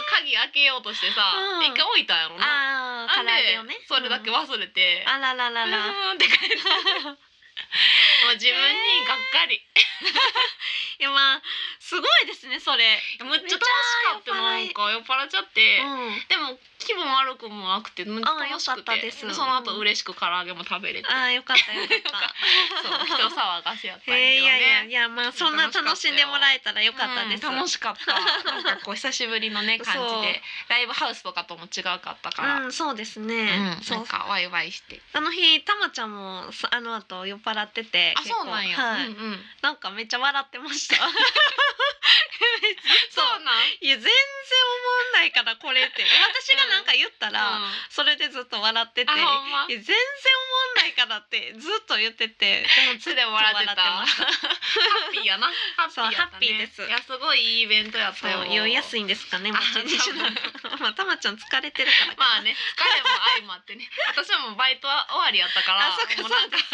Speaker 2: あの鍵開けようとしてさ、
Speaker 1: うん
Speaker 2: 一回置いたんやろ
Speaker 1: ー、
Speaker 2: な。
Speaker 1: あー
Speaker 2: なん
Speaker 1: 唐揚げをね
Speaker 2: でそれだけ忘れて、
Speaker 1: あららら
Speaker 2: う
Speaker 1: ら
Speaker 2: ーんって帰った。もう自分にがっかり。
Speaker 1: いやまあすごいですねそれ、
Speaker 2: めっちゃ楽しかったなんか酔っ払っちゃって。
Speaker 1: うん、
Speaker 2: でも気分悪くもなくてめっちゃ楽しく
Speaker 1: あよかった
Speaker 2: て
Speaker 1: です
Speaker 2: その後嬉しく唐揚げも食べれて、
Speaker 1: あーよかったよ
Speaker 2: *laughs*
Speaker 1: かった
Speaker 2: そう人騒がせやったんやけど
Speaker 1: えー、いやいやい
Speaker 2: ね。
Speaker 1: やまあそんな楽しんでもらえたらよかったです、
Speaker 2: うん楽しかった。なんかこう久しぶりのね感
Speaker 1: そう
Speaker 2: じでライブハウスとかとも違かったから、
Speaker 1: うんそうですね、
Speaker 2: うん
Speaker 1: そう
Speaker 2: なんかワイワイして
Speaker 1: あの日たまちゃんもそあの後酔っ払ってて
Speaker 2: あそうなんや、
Speaker 1: はい
Speaker 2: うんうん、
Speaker 1: なんかめっちゃ笑ってま
Speaker 2: *laughs*
Speaker 1: した
Speaker 2: そうなん
Speaker 1: いや全然思わないからこれって私がなんか言ったら、
Speaker 2: うん
Speaker 1: それでずっと笑ってて、
Speaker 2: あ
Speaker 1: いや
Speaker 2: ほんま
Speaker 1: 全然思わないからってずっと言っててでも
Speaker 2: それで笑ってたハ
Speaker 1: ました
Speaker 2: ッピーやなハッピーやったね
Speaker 1: そうハッピーです
Speaker 2: いやすごいいいイベントや *laughs* ったよ
Speaker 1: そう酔いやすいんですかね
Speaker 2: あ
Speaker 1: もちにしな *laughs* まあたまちゃん疲れてるからかな
Speaker 2: まあね疲れも相まってね私はもうバイトは終わりやったから
Speaker 1: あそっか
Speaker 2: もうなんか *laughs*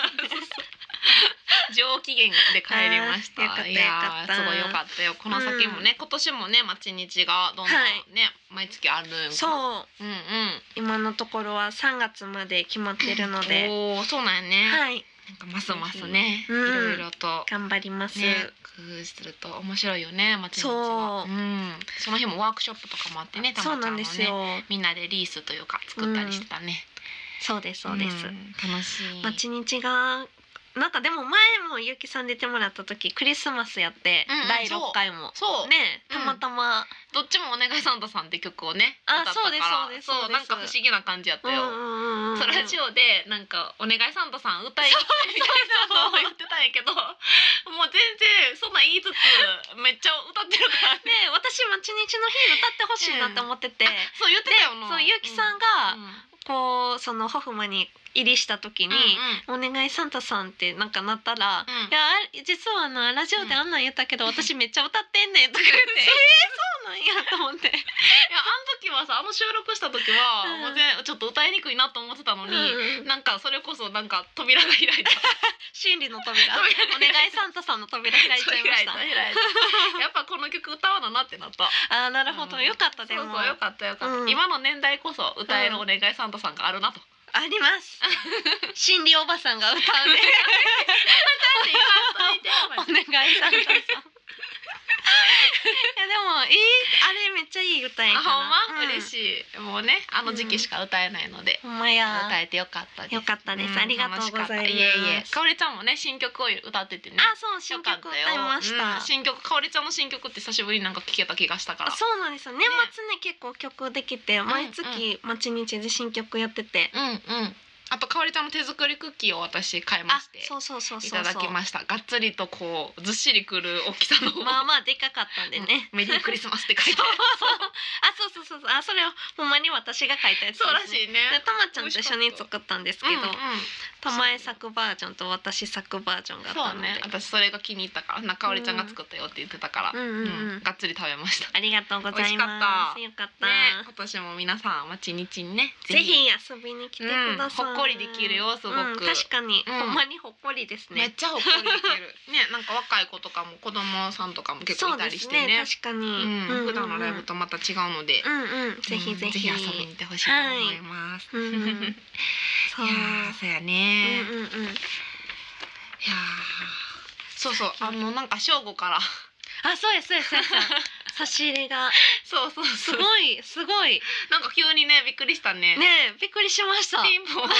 Speaker 2: 上機嫌で帰りました
Speaker 1: あー
Speaker 2: い
Speaker 1: よか
Speaker 2: や
Speaker 1: っ
Speaker 2: ー
Speaker 1: た
Speaker 2: す
Speaker 1: よかった
Speaker 2: ごいよかったよこの先もね、今年もね町日がどんどんね、毎月あるんか
Speaker 1: そう
Speaker 2: うんうん
Speaker 1: 今のところは3月まで決まってるので、
Speaker 2: おおそうなんやね、
Speaker 1: はい、
Speaker 2: なんかますますね、
Speaker 1: うん
Speaker 2: いろいろと
Speaker 1: 頑張ります。
Speaker 2: ね工夫すると面白いよね町日は
Speaker 1: そう
Speaker 2: うん、その日もワークショップとかもあってねた
Speaker 1: そ
Speaker 2: ま
Speaker 1: う
Speaker 2: ちゃ
Speaker 1: なんん
Speaker 2: もね
Speaker 1: ですよ。
Speaker 2: みんなでリースというか作ったりしてたね、
Speaker 1: そうですそうです。
Speaker 2: ん楽しい
Speaker 1: 待ち日がなんかでも前もゆきさん出てもらった時クリスマスやって、
Speaker 2: うんうん
Speaker 1: 第六回も
Speaker 2: そう、
Speaker 1: ね
Speaker 2: うん
Speaker 1: たまたま、
Speaker 2: どっちも「お願いサンタさん」って曲をね
Speaker 1: あ
Speaker 2: 歌ったから
Speaker 1: そうで
Speaker 2: そ
Speaker 1: すそううですそうです
Speaker 2: なんか不思議な感じやった
Speaker 1: うん、
Speaker 2: よ、
Speaker 1: うんうんうん
Speaker 2: そうラジオでなんか「お願いサンタさん歌いに来て」みたいなことを言ってたんやけどもう全然そんなん言いつつめっちゃ歌ってるから
Speaker 1: ね
Speaker 2: ね
Speaker 1: 私待ち日の日歌ってほしいなって思ってて、
Speaker 2: そう言ってたよな
Speaker 1: そうゆきさんが
Speaker 2: う、ん
Speaker 1: こうそのホフマに入りした時に。
Speaker 2: うんうん
Speaker 1: お願いサンタさんってなんかなったら、
Speaker 2: うん
Speaker 1: いやあ実はなラジオであんなん言ったけど、私めっちゃ歌ってんねんとか言
Speaker 2: *laughs*
Speaker 1: ってえーそうなんやと思って
Speaker 2: いやあの時はさあの収録した時は、
Speaker 1: うん
Speaker 2: もう全ちょっと歌いにくいなと思ってたのに、
Speaker 1: うん
Speaker 2: なんかそれこそなんか扉が開いた
Speaker 1: 心理の扉
Speaker 2: 扉
Speaker 1: お願いサンタさんの扉開いちゃいました
Speaker 2: 開い開いたやっぱこの曲歌わななってなった
Speaker 1: あーなるほど、
Speaker 2: うん
Speaker 1: よかったでも
Speaker 2: そうそうよかったよかった、
Speaker 1: うん
Speaker 2: 今の年代こそ歌えるお願いサンタさんがあるなと、
Speaker 1: あります
Speaker 2: *laughs*
Speaker 1: 心理おばさんが歌うね
Speaker 2: 言わんといて *laughs*
Speaker 1: お願いサンタさんやでもいいあれめっちゃいい歌や
Speaker 2: あ
Speaker 1: から
Speaker 2: ほんま、嬉
Speaker 1: い
Speaker 2: しいもうねあの時期しか歌えないので、
Speaker 1: ほんまや
Speaker 2: 歌えてよかったです
Speaker 1: よかったですありがとうございま
Speaker 2: 楽し
Speaker 1: す
Speaker 2: かったいえいえかおりちゃんもね新曲を歌っててね
Speaker 1: あそう新
Speaker 2: よかっ
Speaker 1: 曲
Speaker 2: た
Speaker 1: 歌
Speaker 2: よ
Speaker 1: いました
Speaker 2: うん新曲かおりちゃんの新曲って久しぶりになんか聴けた気がしたから
Speaker 1: あそうなんですよ年末ね結構曲できて毎月毎日で新曲やってて
Speaker 2: うんうんあとかおりちゃんの手作りクッキーを私買いま
Speaker 1: あ
Speaker 2: して
Speaker 1: そうそうそうそ
Speaker 2: い
Speaker 1: うそう
Speaker 2: ただきましたがっつりとこうずっしりくる大きさの
Speaker 1: まあまあでかかったんでね
Speaker 2: メリークリスマスって書いて
Speaker 1: そう
Speaker 2: ある
Speaker 1: あ *laughs* そうそうそうそうあそれをほんまに私が書いたやつですね
Speaker 2: そうらしい
Speaker 1: で
Speaker 2: ね
Speaker 1: たまちゃんと一緒に作ったんですけど、
Speaker 2: うんうん
Speaker 1: たまえ作バージョンと私作バージョンがあった
Speaker 2: そう
Speaker 1: ので、
Speaker 2: ね私それが気に入ったからなかおりちゃんが作ったよって言ってたから、
Speaker 1: うんうんうん
Speaker 2: がっつり食べました
Speaker 1: ありがとうございますよかった
Speaker 2: ね、今年も皆さん町日にね
Speaker 1: ぜひ遊びに来てください、
Speaker 2: うんほっこりできるよすごく
Speaker 1: うん確かに、
Speaker 2: うん
Speaker 1: ほんまにほっこりです
Speaker 2: めっ
Speaker 1: ね
Speaker 2: ちゃほっこりできる *laughs* ねなんか若い子とかも子供さんとかも結構いたりして
Speaker 1: そう
Speaker 2: ね
Speaker 1: ですね確かに、
Speaker 2: うん普段のライブとまた違うので、
Speaker 1: うんうんぜひ
Speaker 2: う
Speaker 1: ぜひ,、
Speaker 2: んぜひ遊びに行ってほしいと思います、
Speaker 1: うんうん
Speaker 2: い
Speaker 1: そう
Speaker 2: やーそうや
Speaker 1: う
Speaker 2: ね、いやー
Speaker 1: んうんうん
Speaker 2: そうそうあのなんか正午
Speaker 1: *laughs*
Speaker 2: から
Speaker 1: あそうやそうやそうやそうや差し入れが
Speaker 2: そうそう
Speaker 1: す
Speaker 2: そう
Speaker 1: ごいすごい
Speaker 2: *laughs* なんか急にねびっくりしたね
Speaker 1: ねえびっくりしました
Speaker 2: ピンポンって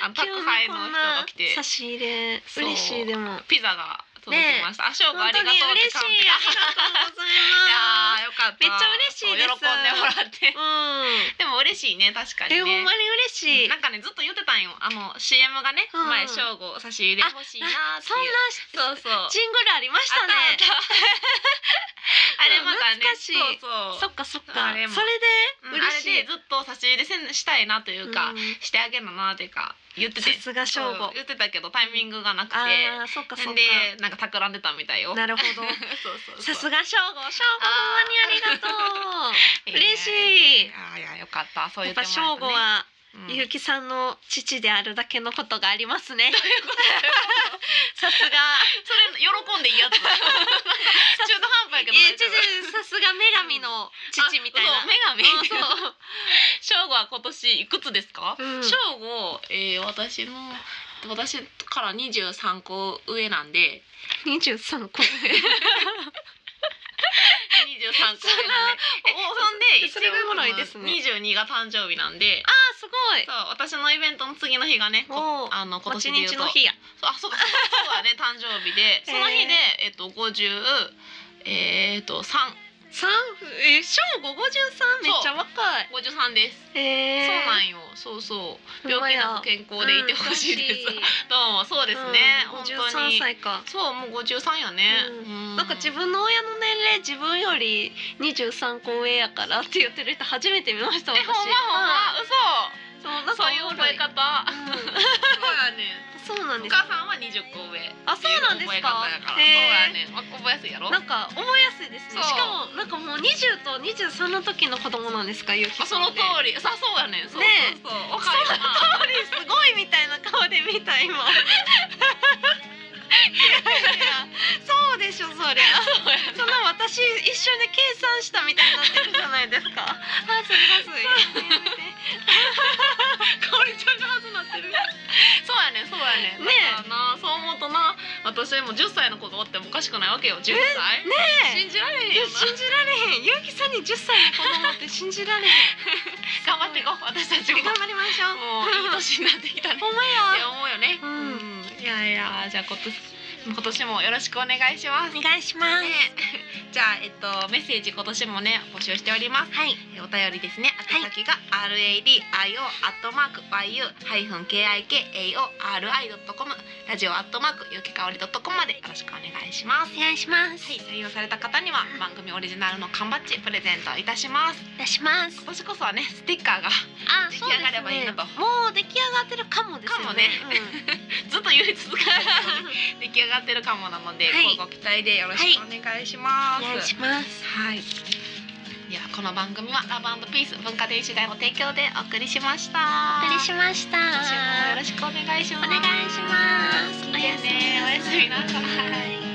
Speaker 2: あの
Speaker 1: *laughs* 急
Speaker 2: 宅
Speaker 1: に
Speaker 2: 配の
Speaker 1: こ
Speaker 2: 人
Speaker 1: ん
Speaker 2: が
Speaker 1: な
Speaker 2: 来て
Speaker 1: 差し入れ
Speaker 2: そう
Speaker 1: 嬉しいでも
Speaker 2: ピザが届きました、あ正午あ
Speaker 1: 本
Speaker 2: り
Speaker 1: 当
Speaker 2: がとう
Speaker 1: に
Speaker 2: っ
Speaker 1: 嬉
Speaker 2: て
Speaker 1: しい
Speaker 2: カンペが
Speaker 1: ありがとうござい
Speaker 2: い
Speaker 1: ます
Speaker 2: やーよかった
Speaker 1: めっちゃ嬉しいです
Speaker 2: そう喜んでもらって
Speaker 1: う
Speaker 2: でも
Speaker 1: *laughs*
Speaker 2: 嬉しいね確かに
Speaker 1: ん、え、
Speaker 2: ね
Speaker 1: ほんまに嬉しい。
Speaker 2: なんかねずっと言ってたんよあの CM がね、
Speaker 1: うん
Speaker 2: 前正午差し入れ欲しいなーって
Speaker 1: そん
Speaker 2: いう
Speaker 1: な
Speaker 2: そうそう
Speaker 1: ジングルありました
Speaker 2: あった
Speaker 1: ね。
Speaker 2: あったあれまたね
Speaker 1: 懐かしいそ
Speaker 2: そうそう
Speaker 1: っかそっか。
Speaker 2: あ
Speaker 1: そ
Speaker 2: れ
Speaker 1: れ
Speaker 2: もうん
Speaker 1: で嬉しい
Speaker 2: あれで。ずっと差し入れせんしたいなというか、
Speaker 1: うん
Speaker 2: してあげるなっていうか言って
Speaker 1: さ
Speaker 2: て
Speaker 1: すが正
Speaker 2: そ
Speaker 1: 吾
Speaker 2: う。言ってたけどタイミングがなくて
Speaker 1: ああ、そっかそっ
Speaker 2: でなんか企んでたみたいよ
Speaker 1: か。なるほ
Speaker 2: そう
Speaker 1: ど。
Speaker 2: そうそう
Speaker 1: さすが正吾、正吾ほんまにありがとう。嬉しい。
Speaker 2: あいやよかった *laughs* そう
Speaker 1: や
Speaker 2: 言っ
Speaker 1: っ
Speaker 2: て
Speaker 1: ぱ
Speaker 2: もらえ
Speaker 1: 正
Speaker 2: た
Speaker 1: 吾
Speaker 2: ね
Speaker 1: は
Speaker 2: うん
Speaker 1: ゆうきさんの父であるだけのことがありま
Speaker 2: *laughs*
Speaker 1: すね。さすが。
Speaker 2: それ喜んでいいやつ中途
Speaker 1: *laughs*
Speaker 2: 半端や
Speaker 1: え
Speaker 2: けど
Speaker 1: え、ちちさすが女神の父みたいな。
Speaker 2: 女
Speaker 1: うん
Speaker 2: 神
Speaker 1: そう
Speaker 2: 正吾は今年いくつですか
Speaker 1: うん
Speaker 2: 正吾、えー、私の私から23個上なんで
Speaker 1: 二十
Speaker 2: *laughs*
Speaker 1: 三個。
Speaker 2: 23個上なんでえ
Speaker 1: お
Speaker 2: そんで
Speaker 1: それぐらいですね
Speaker 2: 22が誕生日なんで
Speaker 1: あーすごい
Speaker 2: そう私のイベントの次の日がねこ
Speaker 1: おー
Speaker 2: あの今
Speaker 1: 持ち
Speaker 2: 年で言うと
Speaker 1: 日の日や
Speaker 2: そうあそうかそうかそうだ
Speaker 1: *laughs*
Speaker 2: ね誕生日でその日でえっと50えっと353
Speaker 1: 三え正午五十三めっちゃ若い
Speaker 2: です
Speaker 1: えー、
Speaker 2: そうなん
Speaker 1: や
Speaker 2: よ。そうそう。
Speaker 1: ほん
Speaker 2: 病
Speaker 1: ま
Speaker 2: 気
Speaker 1: や
Speaker 2: なく健康でいてほしいです。 *laughs* どうもそうですね。本
Speaker 1: 五十
Speaker 2: 当
Speaker 1: 三
Speaker 2: に。
Speaker 1: 歳か
Speaker 2: そうもう五十三やね。
Speaker 1: う
Speaker 2: う
Speaker 1: なんか自分の親の年齢自分より二十三個上やからって言ってる人初めて見ました
Speaker 2: え
Speaker 1: 私
Speaker 2: ほんまほんま
Speaker 1: そうなん
Speaker 2: 嘘。
Speaker 1: か
Speaker 2: そういう覚え
Speaker 1: か
Speaker 2: 方。そうやね。
Speaker 1: そうな
Speaker 2: *laughs* お
Speaker 1: んです
Speaker 2: 母さんは二十個上。
Speaker 1: あそうなんです
Speaker 2: 覚え
Speaker 1: か
Speaker 2: 方やから。そう
Speaker 1: へ
Speaker 2: やね。わ覚えやすいやろ。
Speaker 1: ーなんか覚えやすいです
Speaker 2: そ
Speaker 1: ね
Speaker 2: う
Speaker 1: しかもなんかもう20と23の時の子供なんですかゆうき
Speaker 2: あ
Speaker 1: さ
Speaker 2: そ
Speaker 1: ん
Speaker 2: の
Speaker 1: って
Speaker 2: 通り。さそうやね。そう
Speaker 1: ね
Speaker 2: そうそう。若いな。
Speaker 1: 通りすごいみたいな顔で見た今いやいやそうでしょそりゃ
Speaker 2: そうやね
Speaker 1: そんな私一緒に計算したみたいになってるじゃないですかあすいません
Speaker 2: 香りちゃんがはずなってる。そうやね、そうやね。
Speaker 1: ね
Speaker 2: だ
Speaker 1: え
Speaker 2: からな、そう思うとな、私も10歳の子供おってもおかしくないわけよ。10歳。
Speaker 1: ねえ
Speaker 2: 信じられへん
Speaker 1: いや
Speaker 2: よな。
Speaker 1: 信じられへんゆうきさんに10歳の子供って信じられへん
Speaker 2: 頑張っていこう、私たちも。
Speaker 1: 頑張りましょう
Speaker 2: もういい年になってきたね。っ
Speaker 1: ほんま
Speaker 2: て
Speaker 1: や
Speaker 2: 思うよね。
Speaker 1: うん
Speaker 2: うんいやいや、じゃあ今年、今年もよろしくお願いします。
Speaker 1: お願いしま
Speaker 2: ねえ *laughs* じゃあ、えっと、メッセージ今年もね、募集しております。
Speaker 1: はい
Speaker 2: お便りですね。宛先が r a d i o アットマーク y u ハイフン k i k a o r i ドットコムラジオアットマークゆきかおりドットコムまでよろしくお願いします。
Speaker 1: お願いします
Speaker 2: はい、採用された方には番組オリジナルの缶バッジプレゼントいたします。
Speaker 1: 出します
Speaker 2: 今年こそはね、ステッカーが *laughs*
Speaker 1: あ
Speaker 2: 出来上がればいいなと
Speaker 1: そうですねもう出来上がってるかもですよね
Speaker 2: かもずっと言い続けて *laughs* たので出来上がってるかもなので、
Speaker 1: はい
Speaker 2: 乞うご期待でよろしくお願いしま
Speaker 1: うん
Speaker 2: す。
Speaker 1: お *laughs* 願いします
Speaker 2: はい。ではこの番組はラブピース文化電子代の提供でお送りしました。
Speaker 1: お送りしました
Speaker 2: 今週もよろしくお願いします。
Speaker 1: お願いします
Speaker 2: 聞いてねおやすみなさい。